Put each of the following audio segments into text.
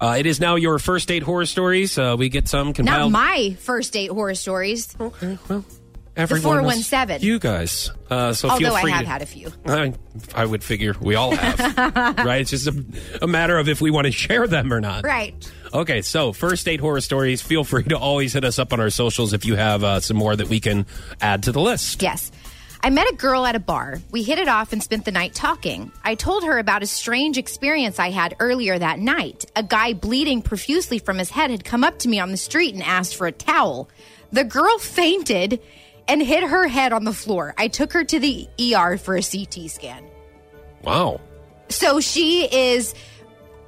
Uh, it is now your first date horror stories. Uh, we get some Not compiled. my first date horror stories, okay, well, everyone was 417. You guys. Uh, so although feel I free. have to- had a few. I, I would figure we all have, right? It's just a, a matter of if we want to share them or not. Right. Okay, so first date horror stories. Feel free to always hit us up on our socials if you have uh, some more that we can add to the list. Yes. I met a girl at a bar. We hit it off and spent the night talking. I told her about a strange experience I had earlier that night. A guy bleeding profusely from his head had come up to me on the street and asked for a towel. The girl fainted and hit her head on the floor. I took her to the ER for a CT scan. Wow. So she is.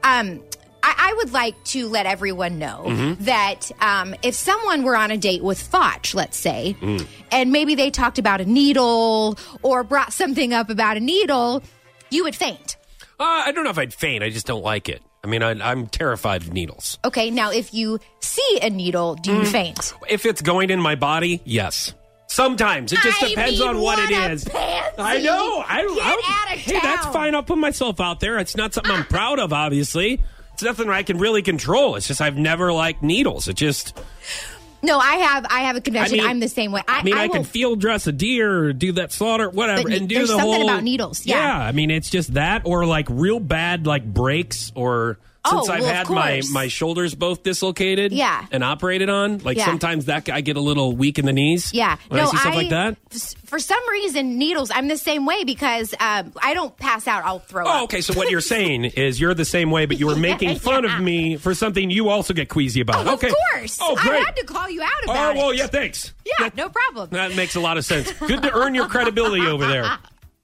Um, I, I would like to let everyone know Mm-hmm. that um, if someone were on a date with Foch, let's say, Mm. and maybe they talked about a needle or brought something up about a needle, you would faint. Uh, I don't know if I'd faint. I just don't like it. I mean, I, I'm terrified of needles. Okay, now if you see a needle, do Mm. you faint? If it's going in my body, yes. Sometimes it just I depends mean, on what, what it a is. pansy. I know. I, Get I, out of hey, that's town. Uh-huh. fine. I'll put myself out there. It's not something I'm proud of. Obviously, it's nothing I can really control. It's just I've never liked needles. It just. No, I have. I have a confession. I mean- I'm the same way. I, I, mean, I, will- can field dress a deer or do that slaughter, whatever, But ne- and do there's the something whole about needles, yeah. I mean, it's just that, or like real bad, like breaks, or Oh, since I've well, of had my course. my shoulders both dislocated, Yeah. and operated on, like Yeah. sometimes that I get a little weak in the knees, Yeah. When I see stuff like that. s- For some reason, needles. I'm the same way because um, I don't pass out. I'll throw. up. Oh, okay. So what you're saying is you're the same way, but you were making fun Yeah. of me for something you also get queasy about. Oh, okay. Of course. Oh, great. I had to call you out oh, about it. well, yeah. Thanks. Yeah, no problem. That makes a lot of sense. Good to earn your credibility over there.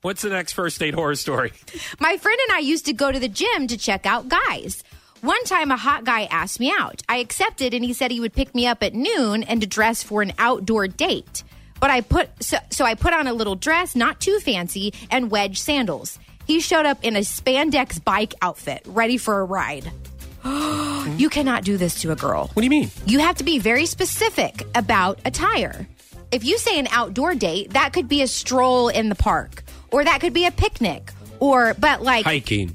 What's the next first date horror story? My friend and I used to go to the gym to check out guys. One time, a hot guy asked me out. I accepted, and he said he would pick me up at noon and to dress for an outdoor date. But I put so, so I put on a little dress, not too fancy, and wedge sandals. He showed up in a spandex bike outfit, ready for a ride. you cannot do this to a girl. What do you mean? You have to be very specific about attire. If you say an outdoor date, that could be a stroll in the park, or that could be a picnic, or but like Hiking.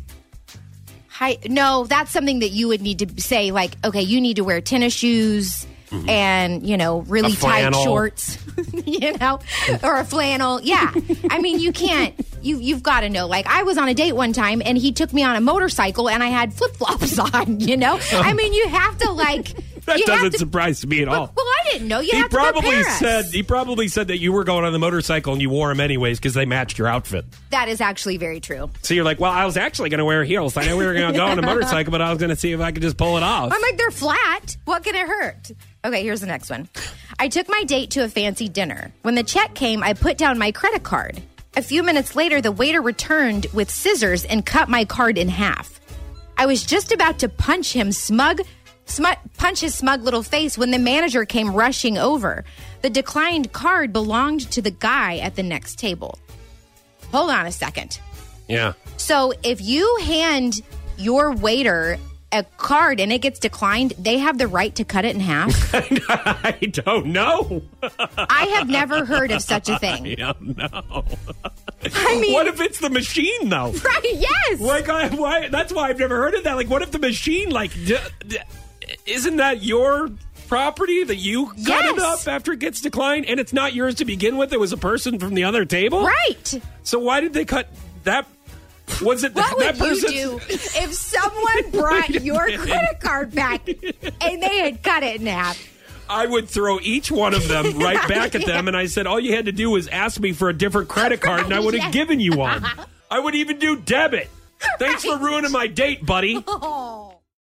hi, no, that's something that you would need to say like, okay, you need to wear tennis shoes and you know really Mm-hmm. A tight flannel. shorts, you know, or a flannel. Yeah, I mean you can't. You you've got to know. Like I was on a date one time and he took me on a motorcycle and I had flip flops on. You know, I mean you have to like. Oh. That you have doesn't to- surprise me at all. well, I didn't know. You he have to probably prepare us. said he probably said that you were going on the motorcycle and you wore them anyways because they matched your outfit. that is actually very true. So you're like, well, I was actually going to wear heels. I know we were going to go on a motorcycle, but I was going to see if I could just pull it off. I'm like, they're flat. What can it hurt? Okay, here's the next one. I took my date to a fancy dinner. When the check came, I put down my credit card. A few minutes later, the waiter returned with scissors and cut my card in half. I was just about to punch him smug, smut, punch his smug little face when the manager came rushing over. The declined card belonged to the guy at the next table. Hold on a second. yeah. So if you hand your waiter a card and it gets declined, they have the right to cut it in half. I don't know. I have never heard of such a thing. Yeah, no. I mean, What if it's the machine though? right? Yes. Like, I, why? That's why I've never heard of that. Like, what if the machine? Like, d- d- isn't that your property that you cut it Yes. up after it gets declined, and it's not yours to begin with? It was a person from the other table, Right. So why did they cut that? Was it What that would person? you do if someone brought your credit card back and they had cut it in half? I would throw each one of them right back at them, and I said, all you had to do was ask me for a different credit card, and I would have Yes. given you one. I would even do debit. Thanks for Right. ruining my date, buddy. Oh.